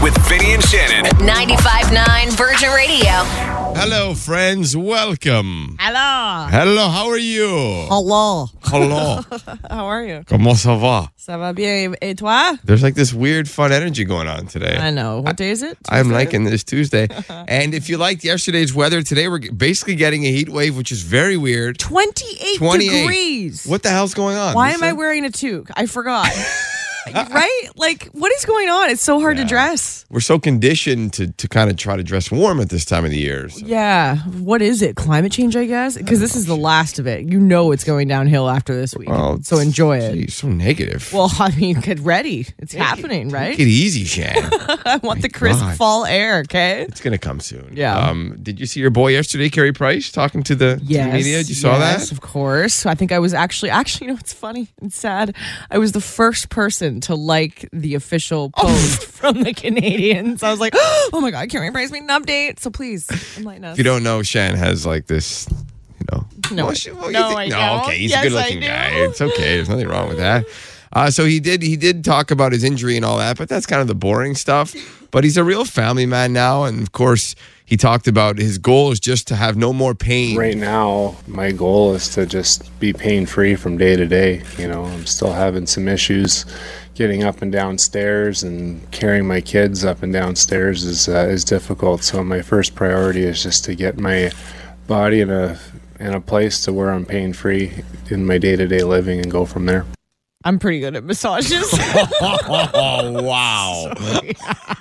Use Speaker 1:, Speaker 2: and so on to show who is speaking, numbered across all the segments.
Speaker 1: with Vinny and Shannon.
Speaker 2: 95.9 Virgin Radio.
Speaker 3: Hello, friends. Welcome.
Speaker 4: Hello.
Speaker 3: Hello, how are you?
Speaker 4: Hello.
Speaker 3: Hello.
Speaker 4: How are you?
Speaker 3: Comment ça va?
Speaker 4: Ça va bien. Et toi?
Speaker 3: There's like this weird, fun energy going on
Speaker 4: I
Speaker 3: today.
Speaker 4: know. What day is it?
Speaker 3: I'm liking this Tuesday. And if you liked yesterday's weather, today we're basically getting a heat wave, which is very weird.
Speaker 4: 28,
Speaker 3: 28.
Speaker 4: degrees.
Speaker 3: What the hell's going on?
Speaker 4: Why am I
Speaker 3: Lisa?
Speaker 4: wearing a toque? I forgot. right? Like, what is going on? It's so hard to dress.
Speaker 3: We're so conditioned to, to kind of try to dress warm at this time of the year. So
Speaker 4: Yeah. What is it? Climate change, I guess? Because this is the last of it. You know it's going downhill after this week.
Speaker 3: Oh,
Speaker 4: so enjoy it.
Speaker 3: Gee, so negative.
Speaker 4: Well, I mean, get ready. It's happening,
Speaker 3: Take
Speaker 4: right?
Speaker 3: it easy, Shan.
Speaker 4: I want the crisp
Speaker 3: Oh God.
Speaker 4: fall air, okay?
Speaker 3: it's gonna come soon.
Speaker 4: Yeah.
Speaker 3: Um, did you see your boy yesterday, Carey Price, talking to the, to the
Speaker 4: Yes,
Speaker 3: media? Did you saw
Speaker 4: yes,
Speaker 3: that?
Speaker 4: Of course. I think I was actually actually you know it's funny and sad. I was the first person to like the official
Speaker 3: Oh.
Speaker 4: post from the Canadians. I was like, oh my god, Carrie Price made an update. So please enlighten us.
Speaker 3: If you don't know, Shan has like this, you know.
Speaker 4: No,
Speaker 3: Well,
Speaker 4: I-
Speaker 3: she- well, you
Speaker 4: no,
Speaker 3: think-
Speaker 4: I
Speaker 3: no,
Speaker 4: don't.
Speaker 3: okay, he's
Speaker 4: Yes,
Speaker 3: a good-looking
Speaker 4: I do.
Speaker 3: guy. It's okay. There's nothing wrong with that. Uh, so he did. He did talk about his injury and all that, but that's kind of the boring stuff. But he's a real family man now, and of course, he talked about his goal is just to have no more pain.
Speaker 5: Right now, my goal is to just be pain free from day to day. You know, I'm still having some issues getting up and downstairs and carrying my kids up and downstairs is uh, is difficult. So my first priority is just to get my body in a in a place to where I'm pain free in my day to day living and go from there.
Speaker 4: I'm pretty good at massages.
Speaker 3: Oh wow,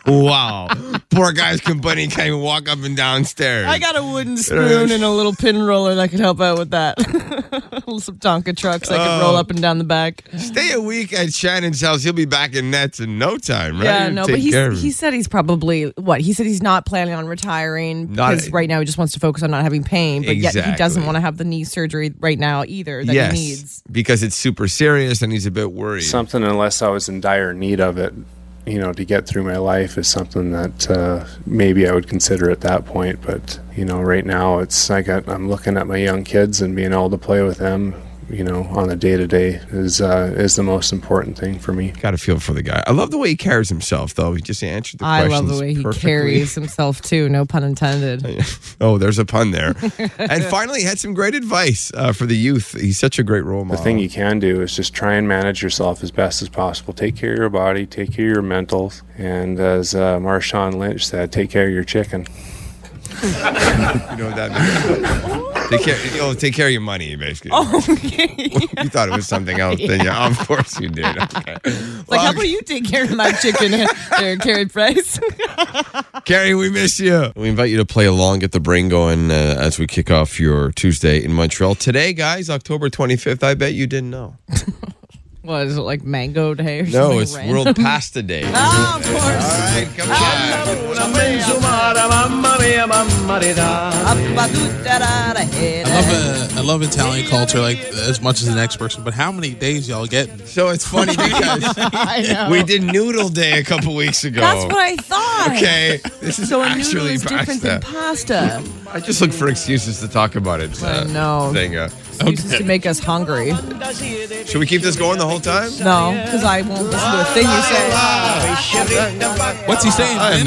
Speaker 3: wow! Poor guy's complaining can't even walk up and downstairs.
Speaker 4: I got a wooden spoon and a little pin roller that could help out with that. Some Tonka trucks I could
Speaker 3: Oh.
Speaker 4: roll up and down the back.
Speaker 3: Stay a week at Shannon's house. He'll be back in nets in no time, right?
Speaker 4: Yeah, no,
Speaker 3: Take
Speaker 4: but
Speaker 3: care of
Speaker 4: he's,
Speaker 3: him.
Speaker 4: he said he's probably what he said he's not planning on retiring
Speaker 3: Not-
Speaker 4: because right now he just wants to focus on not having pain, but yet he
Speaker 3: Exactly.
Speaker 4: doesn't want to have the knee surgery right now either that
Speaker 3: yes,
Speaker 4: he needs.
Speaker 3: because it's super serious and he's a bit worried.
Speaker 5: Something unless I was in dire need of it. You know, to get through my life is something that uh, maybe I would consider at that point. But you know, right now it's I got I'm looking at my young kids and being able to play with them. You know, on the day to day is uh, is the most important thing for me.
Speaker 3: got to feel for the guy. I love the way he carries himself, though. He just answered the
Speaker 4: I
Speaker 3: questions
Speaker 4: love the way he
Speaker 3: perfectly.
Speaker 4: carries himself too. No pun intended.
Speaker 3: oh, there's a pun there. and finally, he had some great advice uh, for the youth. He's such a great role model.
Speaker 5: The thing you can do is just try and manage yourself as best as possible. Take care of your body, take care of your mentals, and as uh, Marshawn Lynch said, take care of your chicken.
Speaker 3: You know what that means? take, care, you know, take care of your money, basically.
Speaker 4: Oh. Okay.
Speaker 3: You thought it was something else, didn't you? Oh, of course you did. Okay.
Speaker 4: like how about you take care of my chicken there, Carrie Price?
Speaker 3: Carrie, we miss you. We invite you to play along, get the brain going uh, as we kick off your Tuesday in Montreal. Today, guys, October 25th. I bet you didn't know.
Speaker 4: what is it like mango day or something?
Speaker 3: No, it's
Speaker 4: random?
Speaker 3: World Pasta Day.
Speaker 4: Oh, of course.
Speaker 3: right, come on.
Speaker 6: I love, uh, I love Italian culture like as much as the next person, but how many days y'all getting?
Speaker 3: So it's funny because
Speaker 4: I know.
Speaker 3: we did Noodle Day a couple weeks ago.
Speaker 4: That's what I thought.
Speaker 3: Okay, this is
Speaker 4: So a noodle
Speaker 3: actually
Speaker 4: is different than
Speaker 3: pasta.
Speaker 4: pasta.
Speaker 3: I just look for excuses to talk about it.
Speaker 4: I know.
Speaker 3: Thing. Uh,
Speaker 4: Uses to make us hungry.
Speaker 3: should we keep this going the whole time?
Speaker 4: No, because I won't listen to a thing you say.
Speaker 6: What's he saying?
Speaker 3: I have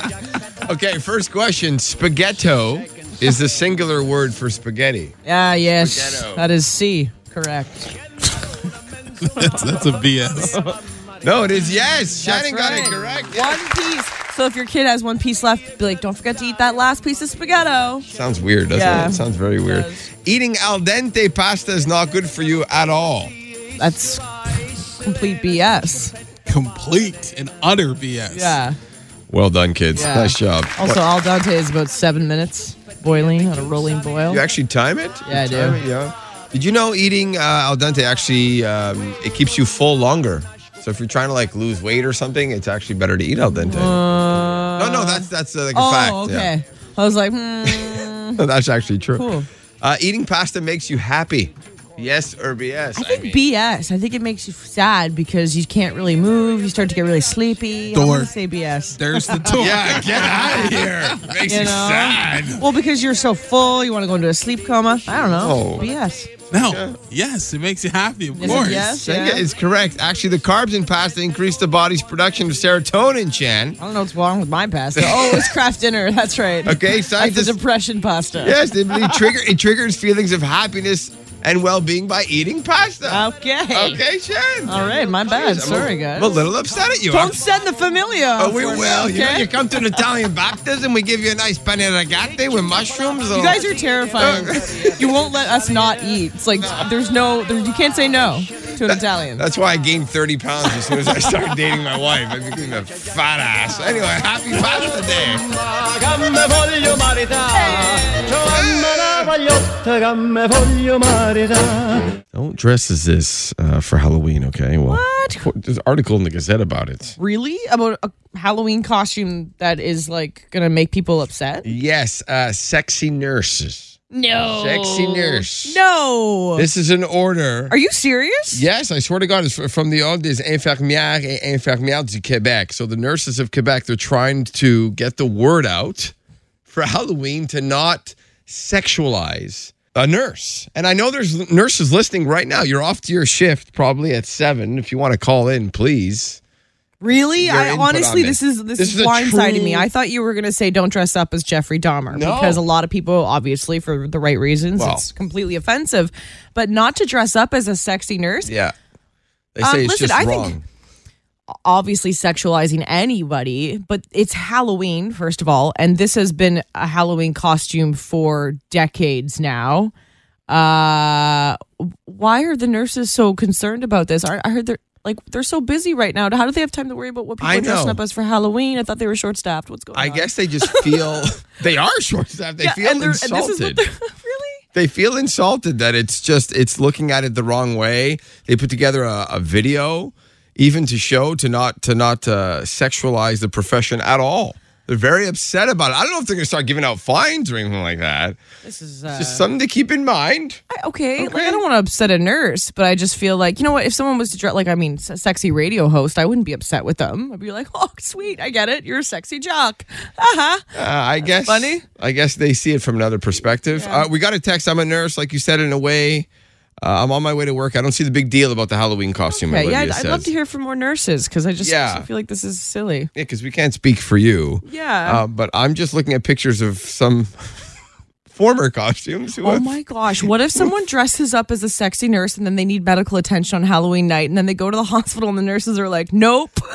Speaker 6: man?
Speaker 3: no idea. okay, first question. Spaghetto is the singular word for spaghetti.
Speaker 4: Ah, yes.
Speaker 3: Spaghetto.
Speaker 4: That is C. Correct.
Speaker 6: that's, that's a BS.
Speaker 3: No, it is yes.
Speaker 4: That's
Speaker 3: Shannon got it correct.
Speaker 4: One piece. So if your kid has one piece left, be like, don't forget to eat that last piece of spaghetto.
Speaker 3: Sounds weird, doesn't
Speaker 4: Yeah.
Speaker 3: it? Sounds very weird.
Speaker 4: does.
Speaker 3: Eating al dente pasta is not good for you at all.
Speaker 4: That's complete BS.
Speaker 6: Complete and utter BS.
Speaker 4: Yeah.
Speaker 3: Well done, kids.
Speaker 4: Yeah.
Speaker 3: Nice job.
Speaker 4: Also, al dente is about seven minutes boiling on a rolling boil.
Speaker 3: you actually time it?
Speaker 4: Yeah, I
Speaker 3: You time
Speaker 4: do.
Speaker 3: it, yeah. Did you know eating uh, al dente actually um, it keeps you full longer? So if you're trying to like lose weight or something, it's actually better to eat al dente. no, no, that's that's uh, like a
Speaker 4: Uh, Oh,
Speaker 3: fact. yeah.
Speaker 4: okay. I was like, hmm.
Speaker 3: That's actually true.
Speaker 4: Cool.
Speaker 3: Uh, eating pasta makes you happy. Yes or BS?
Speaker 4: I think BS. I think it makes you sad because you can't really move. You start to get really sleepy. I
Speaker 6: Door.
Speaker 4: want to say BS.
Speaker 6: There's the door.
Speaker 3: yeah, get out of here. Makes you,
Speaker 4: You know?
Speaker 3: sad.
Speaker 4: Well, because you're so full, you want to go into a sleep coma. I don't know.
Speaker 3: No.
Speaker 4: BS.
Speaker 6: No. Yes, it makes you happy, of
Speaker 4: Is it
Speaker 6: course.
Speaker 4: yes?
Speaker 3: Senga
Speaker 4: Yeah.
Speaker 3: is correct. Actually, the carbs in pasta increase the body's production of serotonin, Chan.
Speaker 4: I don't know what's wrong with my pasta. Oh, it's craft dinner. That's right.
Speaker 3: Okay,
Speaker 4: That's the
Speaker 3: scientists.
Speaker 4: depression pasta.
Speaker 3: Yes, they believe trigger, it triggers feelings of happiness and well being by eating pasta.
Speaker 4: Okay.
Speaker 3: Okay, Shan.
Speaker 4: All right, my bad.
Speaker 3: Jeez, I'm
Speaker 4: Sorry,
Speaker 3: a,
Speaker 4: guys.
Speaker 3: I'm a little upset at you. I'm-
Speaker 4: Don't send the familia.
Speaker 3: Oh, we
Speaker 4: for me,
Speaker 3: will. You, know,
Speaker 4: okay?
Speaker 3: you come to an Italian baptism, we give you a nice penne rigate with mushrooms.
Speaker 4: You guys are terrifying. you won't let us not eat. It's like there's no, there, you can't say no to an Italian.
Speaker 3: That's why I gained 30 pounds as soon as I started dating my wife. I became a fat ass. Anyway, happy pasta day.
Speaker 1: Gambe voglio maritare, Giovanna Ravagliotta, gambe voglio maritare.
Speaker 3: Don't dress as this uh, for Halloween, okay? Well,
Speaker 4: What?
Speaker 3: There's an article in the Gazette about it.
Speaker 4: Really? About a Halloween costume that is like gonna make people upset?
Speaker 3: Yes, uh, sexy nurses.
Speaker 4: No.
Speaker 3: Sexy nurse.
Speaker 4: No.
Speaker 3: This is an order.
Speaker 4: Are you serious?
Speaker 3: Yes, I swear to God, it's fr- from the old days, infirmières et infirmières du Québec. So the nurses of Quebec, they're trying to get the word out for Halloween to not sexualize a nurse. And I know there's l- nurses listening right now. You're off to your shift probably at seven. If you want to call in, please.
Speaker 4: Really?
Speaker 3: Your
Speaker 4: I
Speaker 3: input
Speaker 4: honestly,
Speaker 3: on
Speaker 4: this
Speaker 3: this.
Speaker 4: is this,
Speaker 3: This
Speaker 4: is,
Speaker 3: is a
Speaker 4: blindsiding
Speaker 3: true-
Speaker 4: me. I thought you were gonna say don't dress up as Jeffrey Dahmer
Speaker 3: No.
Speaker 4: because a lot of people, obviously for the right reasons,
Speaker 3: Well.
Speaker 4: it's completely offensive. But not to dress up as a sexy nurse,
Speaker 3: Yeah. They
Speaker 4: Um,
Speaker 3: say it's
Speaker 4: listen,
Speaker 3: just
Speaker 4: I think-
Speaker 3: wrong.
Speaker 4: obviously sexualizing anybody, but it's Halloween, first of all, and this has been a Halloween costume for decades now. Uh, why are the nurses so concerned about this? I, I heard they're like they're so busy right now. How do they have time to worry about what people
Speaker 3: I
Speaker 4: are dressing
Speaker 3: know.
Speaker 4: up as for Halloween? I thought they were short staffed. What's going
Speaker 3: I
Speaker 4: on?
Speaker 3: guess they just feel they are short staffed. They
Speaker 4: Uh-huh. Yeah,
Speaker 3: feel
Speaker 4: and they're-
Speaker 3: insulted.
Speaker 4: and this is what they're- really.
Speaker 3: they feel insulted that it's just it's looking at it the wrong way. They put together a, a video even to show to not to not uh, sexualize the profession at all. They're very upset about it. I don't know if they're going to start giving out fines or anything like that.
Speaker 4: This is uh,
Speaker 3: Just something to keep in mind.
Speaker 4: I- okay. Like I don't want to upset a nurse, but I just feel like you know what? If someone was to dress like I mean, s- sexy radio host, I wouldn't be upset with them. I'd be like, oh, sweet, I get it. You're a sexy jock. Uh huh.
Speaker 3: Uh, I guess
Speaker 4: funny.
Speaker 3: I guess they see it from another perspective. Uh, we got a text. I'm a nurse, like you said. In a way, uh, I'm on my way to work. I don't see the big deal about the Halloween costume.
Speaker 4: Okay, yeah,
Speaker 3: Olivia
Speaker 4: I'd, I'd love
Speaker 3: says.
Speaker 4: to hear from more nurses because I just
Speaker 3: Yeah.
Speaker 4: feel like this is silly.
Speaker 3: Yeah, because we can't speak for you.
Speaker 4: Yeah.
Speaker 3: Uh, but I'm just looking at pictures of some former costumes.
Speaker 4: Oh my gosh! What if someone dresses up as a sexy nurse and then they need medical attention on Halloween night, and then they go to the hospital and the nurses are like, "Nope."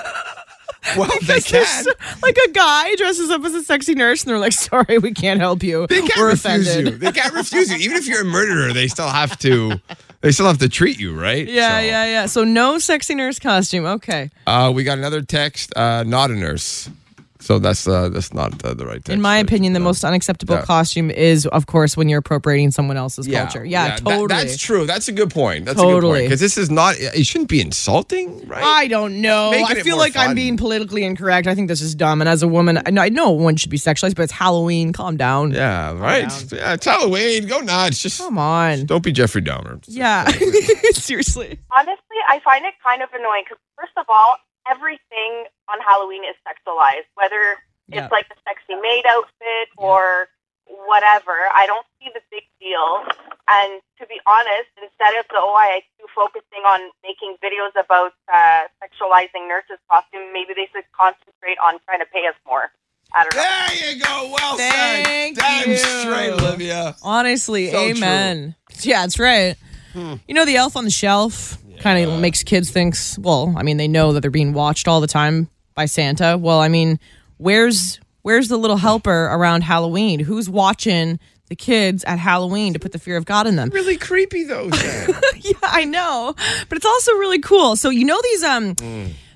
Speaker 3: Well, they can.
Speaker 4: There's, like a guy dresses up as a sexy nurse, and they're like, "Sorry, we can't help you.
Speaker 3: They can't
Speaker 4: We're
Speaker 3: refuse
Speaker 4: offended."
Speaker 3: you. They can't refuse you. Even if you're a murderer, they still have to. They still have to treat you, right?
Speaker 4: Yeah,
Speaker 3: So,
Speaker 4: yeah, yeah. So no sexy nurse costume. Okay.
Speaker 3: Uh, we got another text. Uh, not a nurse. So that's uh, that's not uh, the right text.
Speaker 4: In my opinion, the most unacceptable
Speaker 3: Yeah.
Speaker 4: costume is, of course, when you're appropriating someone else's culture. Yeah,
Speaker 3: that-
Speaker 4: totally.
Speaker 3: that's true. That's a good point. That's a good
Speaker 4: Totally.
Speaker 3: point. Because this is not. It shouldn't be insulting, right?
Speaker 4: I don't know.
Speaker 3: Making
Speaker 4: I
Speaker 3: it
Speaker 4: feel
Speaker 3: more
Speaker 4: like
Speaker 3: fun.
Speaker 4: I'm being politically incorrect. I think this is dumb. And as a woman, I know, I know one should be sexualized, but it's Halloween. Calm down. Oh,
Speaker 3: yeah. Right. Yeah. It's Halloween. Go nuts. Just
Speaker 4: Come on.
Speaker 3: don't be Jeffrey Dahmer.
Speaker 4: Yeah. Seriously.
Speaker 7: honestly, I find it kind of annoying because, first of all, everything on Halloween is sexualized, whether
Speaker 4: Yeah.
Speaker 7: it's like the sexy maid outfit or whatever. I don't see the big deal. And to be honest, instead of the OIIQ focusing on making videos about uh, sexualizing nurses' costume, maybe they should concentrate on trying to pay us more. I don't know.
Speaker 3: There you go. Well
Speaker 4: Thank
Speaker 3: said.
Speaker 4: you.
Speaker 3: Damn straight, Olivia.
Speaker 4: Honestly,
Speaker 3: So
Speaker 4: amen. Yeah, that's right. You know, the elf on the shelf kind of makes kids think, well, I mean, they know that they're being watched all the time by Santa. Well, I mean, where's where's the little helper around Halloween? Who's watching the kids at Halloween to put the fear of God in them?
Speaker 3: Really creepy though.
Speaker 4: yeah, I know, but it's also really cool. So you know these um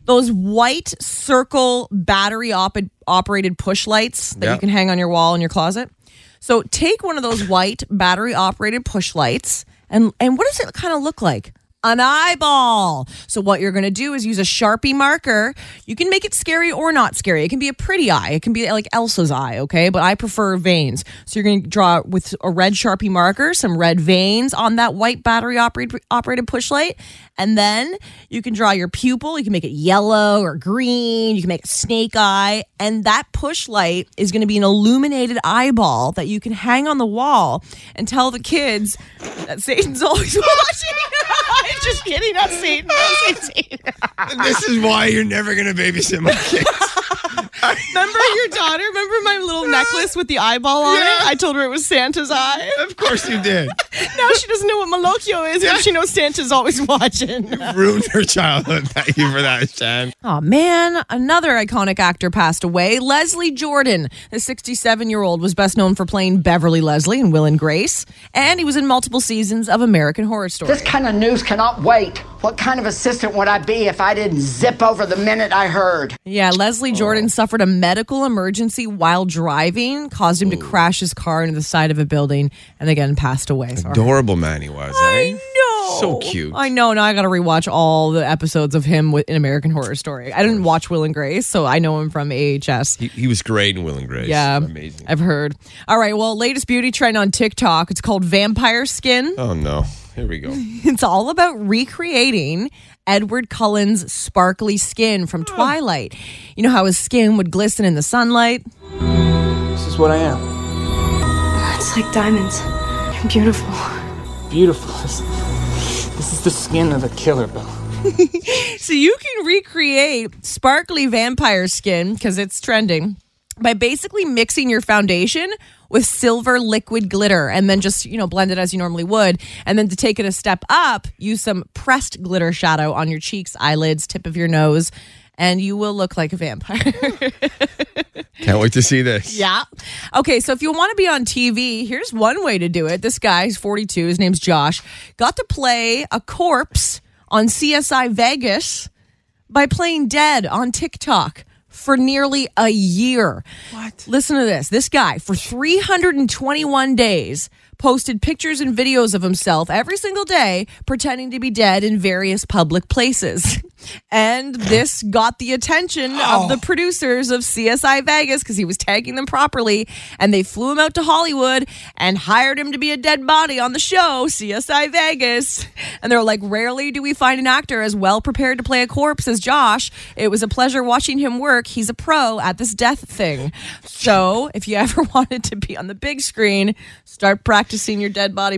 Speaker 4: those white circle battery op- operated push lights that
Speaker 3: Yeah.
Speaker 4: you can hang on your wall in your closet. So take one of those white battery operated push lights and and what does it kind of look like? an eyeball. So what you're going to do is use a Sharpie marker. You can make it scary or not scary. It can be a pretty eye. It can be like Elsa's eye, okay? But I prefer veins. So you're going to draw with a red Sharpie marker some red veins on that white battery operated operated push light. And then you can draw your pupil. You can make it yellow or green. You can make a snake eye. And that push light is going to be an illuminated eyeball that you can hang on the wall and tell the kids that Satan's always watching. I'm just kidding. Not Satan. I said Satan.
Speaker 3: this is why you're never gonna babysit my kids.
Speaker 4: Remember your daughter? Remember my little necklace with the eyeball on it? I told her it was Santa's eye.
Speaker 3: of course you did.
Speaker 4: Now she doesn't know what Malocchio is, but she knows Santa's always watching.
Speaker 3: Ruined her childhood. Thank you for that, Shan.
Speaker 4: Oh man, another iconic actor passed away. Leslie Jordan, the 67 year old, was best known for playing Beverly Leslie in Will and Grace, and he was in multiple seasons of American Horror Story.
Speaker 8: This kind of news cannot wait. What kind of assistant would I be if I didn't zip over the minute I heard?
Speaker 9: Uh,
Speaker 4: Yeah, Leslie
Speaker 3: Oh.
Speaker 4: Jordan suffered a medical emergency while driving, caused him to crash his car into the side of a building, and again passed away. Sorry.
Speaker 3: Adorable man he was.
Speaker 4: I
Speaker 3: eh?
Speaker 4: know.
Speaker 3: So cute.
Speaker 4: I know. Now I got to rewatch all the episodes of him with, in American Horror Story. I didn't watch Will and Grace, so I know him from AHS.
Speaker 3: He, he was great in Will and Grace.
Speaker 4: Yeah.
Speaker 3: amazing.
Speaker 4: I've heard. All right. Well, latest beauty trend on TikTok. It's called vampire skin.
Speaker 3: oh no, here we go.
Speaker 4: It's all about recreating Edward Cullen's sparkly skin from Twilight. You know how his skin would glisten in the sunlight?
Speaker 10: This is what I am.
Speaker 11: It's like diamonds. You're beautiful.
Speaker 10: Beautiful. This, this is the skin of a killer, Bill.
Speaker 4: So you can recreate sparkly vampire skin because it's trending by basically mixing your foundation with silver liquid glitter and then just, you know, blend it as you normally would. And then to take it a step up, use some pressed glitter shadow on your cheeks, eyelids, tip of your nose, and you will look like a vampire.
Speaker 3: Can't wait to see this.
Speaker 4: Yeah. Okay, so if you want to be on TV, here's one way to do it. This guy, he's 42, his name's Josh, got to play a corpse on CSI Vegas by playing dead on TikTok for nearly a year. What? Listen to this. This guy, for 321 days, posted pictures and videos of himself every single day pretending to be dead in various public places. And this got the attention of the producers of CSI Vegas because he was tagging them properly. And they flew him out to Hollywood and hired him to be a dead body on the show, CSI Vegas. And they're like, rarely do we find an actor as well prepared to play a corpse as Josh. It was a pleasure watching him work. He's a pro at this death thing. So if you ever wanted to be on the big screen, start practicing your dead body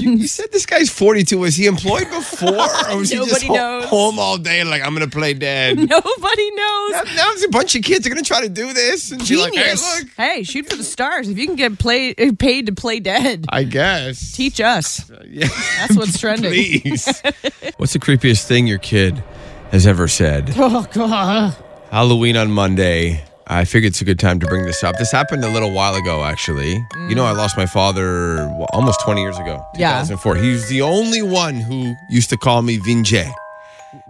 Speaker 3: You said this guy's 42. Was he employed before, or was he just
Speaker 4: Nobody
Speaker 3: ho-
Speaker 4: knows.
Speaker 3: home all day? Like I'm gonna play dead.
Speaker 4: Nobody knows.
Speaker 3: Now, now there's a bunch of kids are gonna try to do this, and she's like, "Hey,
Speaker 4: Genius.
Speaker 3: look."
Speaker 4: hey, shoot for the stars. If you can get play, paid to play dead,
Speaker 3: I guess.
Speaker 4: teach us.
Speaker 3: Yeah.
Speaker 4: That's what's trending.
Speaker 3: Please. What's the creepiest thing your kid has ever said?
Speaker 4: Oh, God.
Speaker 3: Halloween on Monday. I figured it's a good time to bring this up. This happened a little while ago, actually. You know, I lost my father well, almost 20 years ago,
Speaker 4: Yeah.
Speaker 3: 2004. He was the only one who used to call me Vinje.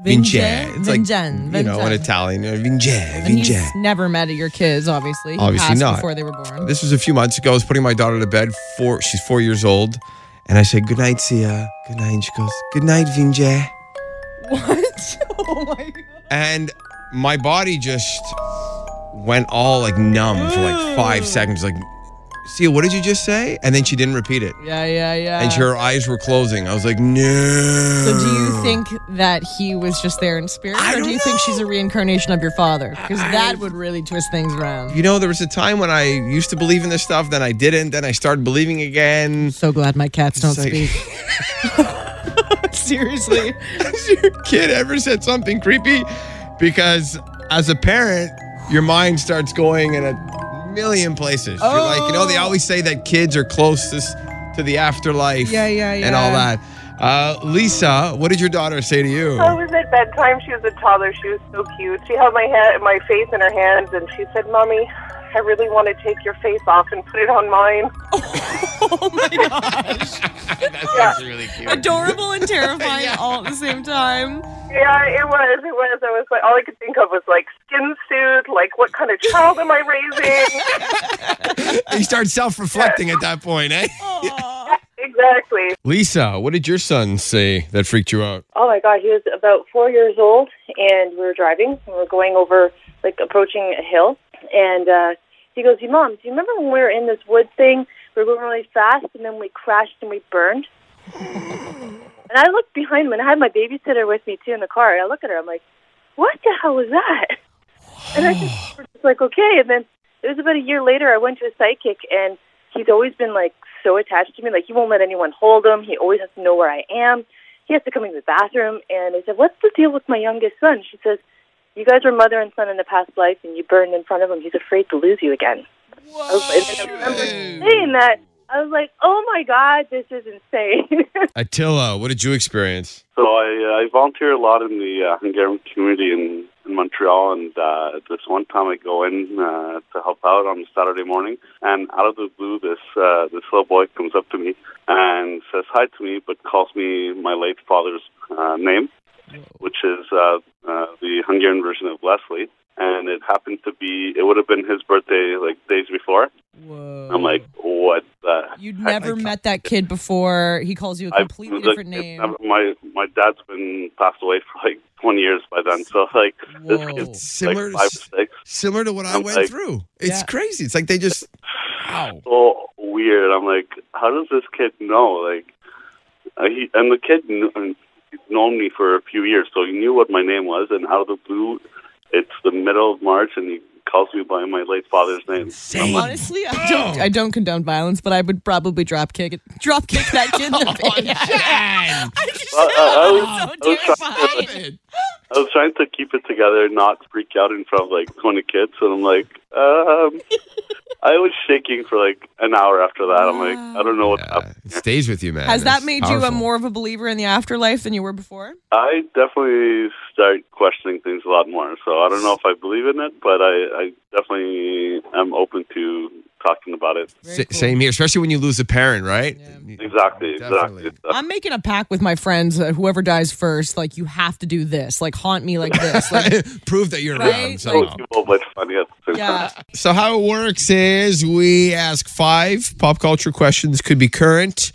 Speaker 3: It's like,
Speaker 4: Vinjen.
Speaker 3: you know, an Italian. uh, Vinje,
Speaker 4: And he's
Speaker 3: Vinje.
Speaker 4: never met your kids, obviously. He
Speaker 3: Obviously
Speaker 4: passed
Speaker 3: not.
Speaker 4: Before they were born.
Speaker 3: This was a few months ago. I was putting my daughter to bed. Four, she's four years old. And I said, good night, Sia. Good night. And she goes, good night, Vinje.
Speaker 4: What? Oh my God.
Speaker 3: and my body just went all like numb for like
Speaker 4: Mm.
Speaker 3: five seconds. Like, see, what did you just say? And then she didn't repeat it,
Speaker 4: Yeah, yeah, yeah.
Speaker 3: and her eyes were closing. I was like, no.
Speaker 4: so do you think that he was just there in spirit,
Speaker 3: I
Speaker 4: or do
Speaker 3: don't
Speaker 4: you think
Speaker 3: know.
Speaker 4: she's a reincarnation of your father? Because that would really twist things around.
Speaker 3: You know, there was a time when I used to believe in this stuff, then I didn't, then I started believing again.
Speaker 4: So glad my cats
Speaker 3: It's
Speaker 4: don't
Speaker 3: like-
Speaker 4: speak. Seriously,
Speaker 3: Has your kid ever said something creepy? Because as a parent, your mind starts going in a million places. You're like, you know,
Speaker 4: Oh.
Speaker 3: they always say that kids are closest to the afterlife.
Speaker 4: Yeah, yeah,
Speaker 3: And all
Speaker 4: yeah.
Speaker 3: that. Uh, Lisa, what did your daughter say to you?
Speaker 9: Oh,
Speaker 7: I was at bedtime. She was a toddler. She was so cute. She held my hand, my face in her hands, and she said, "Mommy, I really want to take your face off and put it on mine."
Speaker 4: Oh
Speaker 3: That's really cute.
Speaker 4: adorable and terrifying all at the same time.
Speaker 7: Yeah, it was. It was. I was like, all I could think of was like skin suit. Like, what kind of child am I raising?
Speaker 3: You start self reflecting at that point, eh?
Speaker 7: exactly.
Speaker 12: Exactly.
Speaker 3: Lisa, what did your son say that freaked you out?
Speaker 12: Oh my God, he was about four years old, and we were driving, and we were going over, like approaching a hill, and uh, he goes, "You mom, do you remember when we were in this wood thing? We were going really fast, and then we crashed and we burned." and I looked behind him, and I had my babysitter with me too in the car. And I look at her, I'm like, "What the hell was that?" And I just, was just like, "Okay." And then it was about a year later. I went to a psychic, and he's always been like so attached to me. Like he won't let anyone hold him. He always has to know where I am. He has to come into the bathroom. And I said, "What's the deal with my youngest son?" She says, "You guys were mother and son in a past life, and you burned in front of him. He's afraid to lose you again." I was, and then I remember saying that. I was like, "Oh my god, this is insane."
Speaker 3: Attila, what did you experience?
Speaker 9: So I, uh, I volunteer a lot in the uh, Hungarian community in, in Montreal, and uh, this one time I go in uh, to help out on Saturday morning, and out of the blue, this uh, this little boy comes up to me and says hi to me, but calls me my late father's uh, name, which is uh, uh, the Hungarian version of Leslie, and it happened to be it would have been his birthday like days before. I'm like, what the?
Speaker 4: You'd never met that kid before. He calls you a completely
Speaker 9: like,
Speaker 4: different
Speaker 9: it's
Speaker 4: name.
Speaker 9: never- my my dad's been passed away for like 20 years by then, so like this kid's
Speaker 3: Similar
Speaker 9: like
Speaker 3: to
Speaker 9: five
Speaker 3: s-
Speaker 9: or six.
Speaker 3: Similar to what I
Speaker 9: I'm
Speaker 3: went
Speaker 9: like-
Speaker 3: through. It's crazy. It's like they just Wow.
Speaker 9: So weird. I'm like, how does this kid know? Like, uh, he and the kid kn- uh, he's known me for a few years, so he knew what my name was. And out of the blue, it's the middle of March, and he calls me by my late father's name. I'm like,
Speaker 4: Honestly, I don't, I don't condone violence, but I would probably drop kick drop kick that kid in the face.
Speaker 13: Uh,
Speaker 9: Well,
Speaker 13: oh,
Speaker 9: I, I, was, I, was trying to, like, I was trying to keep it together, not freak out in front of like 20 kids, and I'm like, um, I was shaking for like an hour after that. I'm like, I don't know what happened.
Speaker 3: It stays with you, man.
Speaker 4: Has that made you a more of a believer in the afterlife than you were before?
Speaker 9: I definitely start questioning things a lot more. So I don't know if I believe in it, but I, I definitely am open to talking about it.
Speaker 3: S- same here, especially when you lose a parent, right?
Speaker 9: Exactly, exactly.
Speaker 13: Uh,
Speaker 4: I'm making a pact with my friends that whoever dies first, like you have to do this, like haunt me like this. Like,
Speaker 3: Prove that you're
Speaker 4: Right?
Speaker 3: around.
Speaker 4: Like-
Speaker 3: somehow.
Speaker 9: People, but funny at the same
Speaker 4: yeah.
Speaker 3: So how it works is we ask five pop culture questions. Could be current,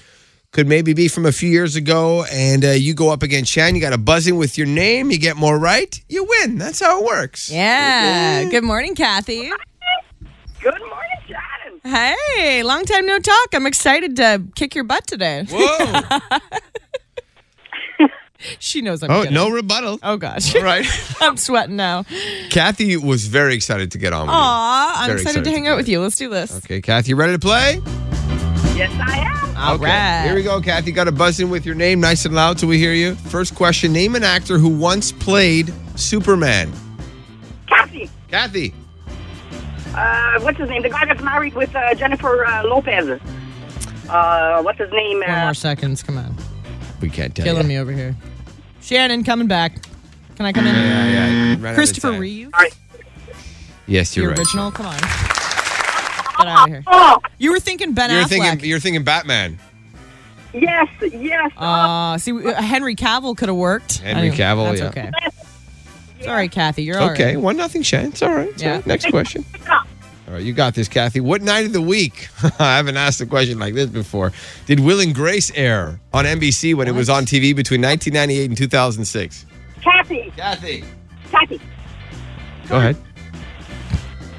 Speaker 3: could maybe be from a few years ago, and uh, you go up against Shan. You got to buzz in with your name. You get more right, you win. That's how it works.
Speaker 4: Yeah. Good morning, Kathy.
Speaker 13: Good morning, Shannon.
Speaker 4: Hey, long time no talk. I'm excited to kick your butt today. Whoa. she knows I'm
Speaker 3: Oh,
Speaker 4: kidding.
Speaker 3: no rebuttal.
Speaker 4: Oh, gosh. All
Speaker 3: right.
Speaker 4: I'm sweating now.
Speaker 3: Kathy was very excited to get on. with you.
Speaker 4: Aw, I'm
Speaker 3: Very
Speaker 4: excited to hang out with you. Let's do this.
Speaker 3: Okay, Kathy, you ready to play?
Speaker 13: Yes, I am.
Speaker 4: All
Speaker 3: okay.
Speaker 4: right.
Speaker 3: Here we go, Kathy. Got to buzz in with your name nice and loud till we hear you. First question Name an actor who once played Superman.
Speaker 13: Kathy.
Speaker 3: Kathy.
Speaker 13: Uh, what's his name? The guy that's married with uh, Jennifer uh, Lopez. Uh, what's his name?
Speaker 4: Four
Speaker 13: Uh,
Speaker 4: more seconds. Come on.
Speaker 3: We can't tell
Speaker 4: Killing me over here. Shannon, coming back. Can I come in?
Speaker 3: Yeah, yeah, ran out of
Speaker 4: Christopher
Speaker 3: time.
Speaker 4: Reeve,
Speaker 3: Yes,
Speaker 4: the
Speaker 3: you're right.
Speaker 4: original. Come on. Get out of here. You were thinking Ben
Speaker 3: you're
Speaker 4: Affleck.
Speaker 3: thinking you're thinking Batman.
Speaker 13: yes, yes.
Speaker 4: Uh, see, we- uh, Henry Cavill could have worked.
Speaker 3: Henry
Speaker 4: Anyway,
Speaker 3: Cavill,
Speaker 4: That's
Speaker 3: yeah.
Speaker 4: okay. Sorry, Kathy. You're all right.
Speaker 3: Okay, one nothing chance. All right. it's all
Speaker 4: Yeah.
Speaker 3: right. Next question. All right, you got this, Kathy. What night of the week? I haven't asked a question like this before. Did Will and Grace air on NBC when it was on TV between 1998 and 2006?
Speaker 13: Kathy.
Speaker 3: Kathy.
Speaker 13: Kathy.
Speaker 3: Go ahead.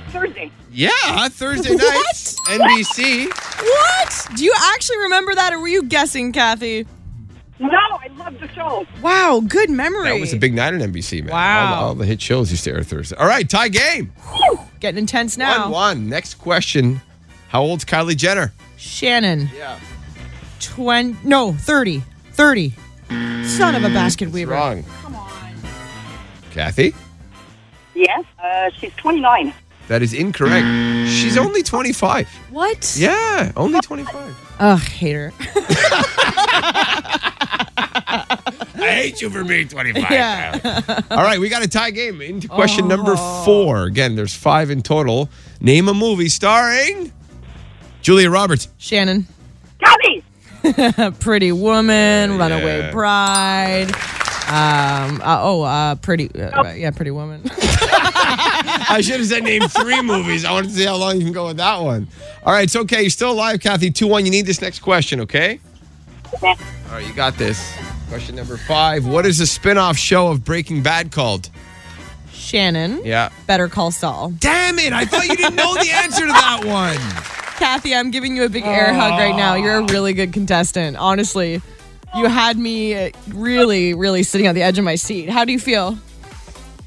Speaker 13: Thursday.
Speaker 3: Yeah, Thursday night.
Speaker 4: What?
Speaker 3: NBC.
Speaker 4: What? Do you actually remember that, or were you guessing, Kathy?
Speaker 13: No, I love the show.
Speaker 4: Wow, good memory.
Speaker 3: That was a big night on NBC, man.
Speaker 4: Wow.
Speaker 3: All, all the hit shows used to air Thursday. All right, tie game.
Speaker 4: Getting intense now.
Speaker 3: One one. Next question. How old's Kylie Jenner?
Speaker 4: Shannon. Yeah. 20, no, 30. 30. Son of a basket
Speaker 3: Mm, It's
Speaker 4: weaver.
Speaker 3: wrong. Kathy,
Speaker 13: Yes. Uh, she's 29.
Speaker 3: that is incorrect. She's only 25.
Speaker 4: What?
Speaker 3: Yeah, only 25.
Speaker 4: Ugh, hater.
Speaker 3: I hate you for being 25.
Speaker 4: Yeah.
Speaker 3: All right, we got a tie game. Into question number four. Again, there's five in total. Name a movie starring Julia Roberts.
Speaker 4: Shannon.
Speaker 13: Kathy.
Speaker 4: pretty woman, runaway
Speaker 3: Yeah.
Speaker 4: bride. Um, uh, oh, uh, pretty, uh, yeah, pretty woman.
Speaker 3: I should have said name three movies. I wanted to see how long you can go with that one. All right, it's okay. You're still alive, Kathy. 2 1. You need this next question, okay? All right, you got this. Question number five. What is the spin-off show of Breaking Bad called?
Speaker 4: Shannon,
Speaker 3: Yeah.
Speaker 4: Better Call Saul.
Speaker 3: Damn it! I thought you didn't know the answer to that one.
Speaker 4: Kathy, I'm giving you a big air hug right now. You're a really good contestant. Honestly, you had me uh, really, really sitting on the edge of my seat. How do you feel?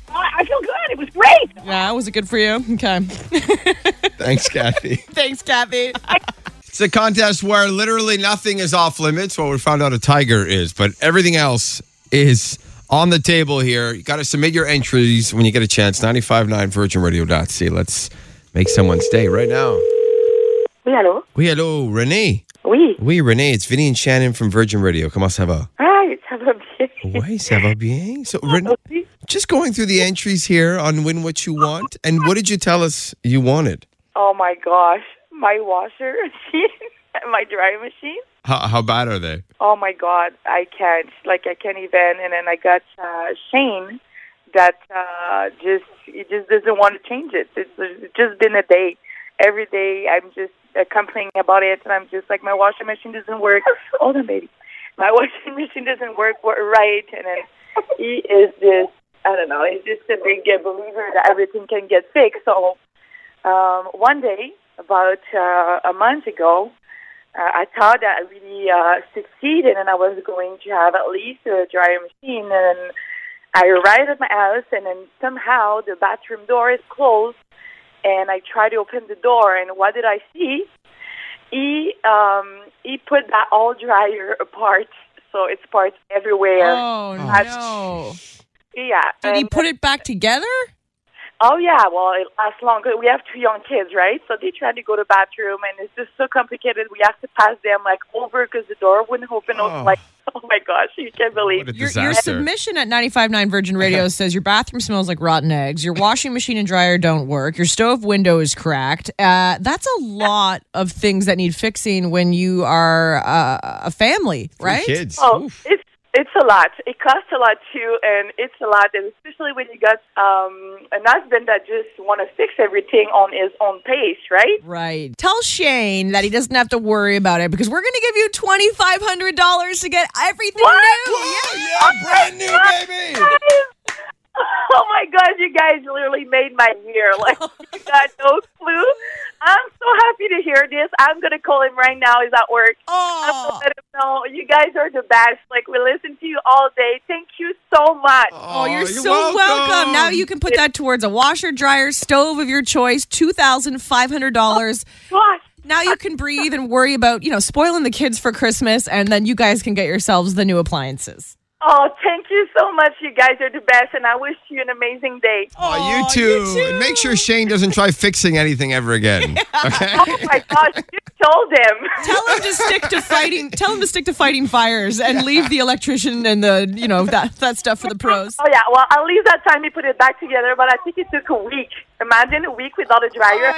Speaker 14: I feel good. It was great.
Speaker 4: Yeah, was it good for you? Okay.
Speaker 3: Thanks, Kathy.
Speaker 4: Thanks, Kathy.
Speaker 3: It's a contest where literally nothing is off limits. Well, we found out a tiger is, but everything else is on the table here. You got to submit your entries when you get a chance. 959virginradio.ca. Let's make someone's day right now.
Speaker 9: Oui, allô?
Speaker 3: Oui, hello, Renee.
Speaker 9: Oui.
Speaker 3: Oui, Renee. It's Vinny and Shannon from Virgin Radio. Comment ça va?
Speaker 9: Hi, Oh, ça va bien?
Speaker 3: Oui, ça va bien. So, Renee, just going through the entries here on Win What You Want. And what did you tell us you wanted?
Speaker 9: Oh my gosh, my washer machine, my dry machine.
Speaker 3: How, how bad are they?
Speaker 9: Oh my god, I can't. Like I can't even. And then I got uh, Shane that uh, just he just doesn't want to change it. It's, it's just been a day. Every day I'm just uh, complaining about it, and I'm just like my washing machine doesn't work. Hold on, baby. My washing machine doesn't work wa- right, and then he is just I don't know. He's just a big uh, believer that everything can get fixed. So um, one day, about uh, a month ago, uh, I thought that I really uh, succeeded and I was going to have at least a dryer machine. And I arrived at my house, and then somehow the bathroom door is closed. And I tried to open the door, and what did I see? He um, he put that all dryer apart, so it's parts everywhere.
Speaker 4: Oh,
Speaker 9: no! Yeah.
Speaker 4: Did he
Speaker 9: and-
Speaker 4: put it back together?
Speaker 9: Oh yeah, well it lasts longer. We have two young kids, right? So they try to go to the bathroom, and it's just so complicated. We have to pass them like over because the door wouldn't open. I
Speaker 4: Oh.
Speaker 9: was like, oh my gosh, you can't believe
Speaker 4: Your, your submission at 95.9 Virgin Radio says your bathroom smells like rotten eggs, your washing machine and dryer don't work, your stove window is cracked. Uh, that's a lot of things that need fixing when you are uh, a family, right?
Speaker 9: Oh, it's it's a lot. It costs a lot too, and it's a lot, and especially when you got um, an husband that just want to fix everything on his own pace, right?
Speaker 4: Right. Tell Shane that he doesn't have to worry about it because we're going to give you twenty five hundred dollars to get everything new.
Speaker 3: yeah, brand new, baby.
Speaker 9: Oh my God, you guys literally made my year. Like, you got no clue. I'm so happy to hear this. I'm going to call him right now. He's at work.
Speaker 4: Oh.
Speaker 9: I'm going to let him know. You guys are the best. Like, we listen to you all day. Thank you so much.
Speaker 4: Oh, you're, so welcome. Now you can put that towards a washer, dryer, stove of your choice, two thousand five hundred dollars. Now you can breathe and worry about you know spoiling the kids for Christmas, and then you guys can get yourselves the new appliances.
Speaker 9: Oh, thank you so much. You guys are the best, and I wish you an amazing day.
Speaker 3: Oh, you too. And make sure Shane doesn't try fixing anything ever again. Okay?
Speaker 9: Oh my gosh, you told him.
Speaker 4: Tell him to stick to fighting. Tell him to stick to fighting fires and leave the electrician and the you know that that stuff for the pros.
Speaker 9: Oh yeah, well at least that time he put it back together, but I think it took a week. Imagine a week without a dryer.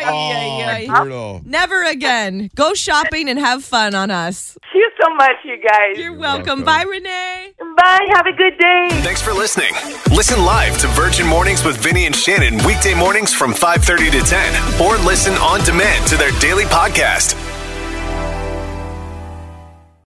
Speaker 3: brutal.
Speaker 4: Never again. Go shopping and have fun on us.
Speaker 9: Thank you so much, you guys.
Speaker 4: You're welcome. Bye, Renee.
Speaker 9: Bye. Have a good day.
Speaker 15: Thanks for listening. Listen live to Virgin Mornings with Vinny and Shannon weekday mornings from 5:30 to 10 or listen on demand to their daily podcast.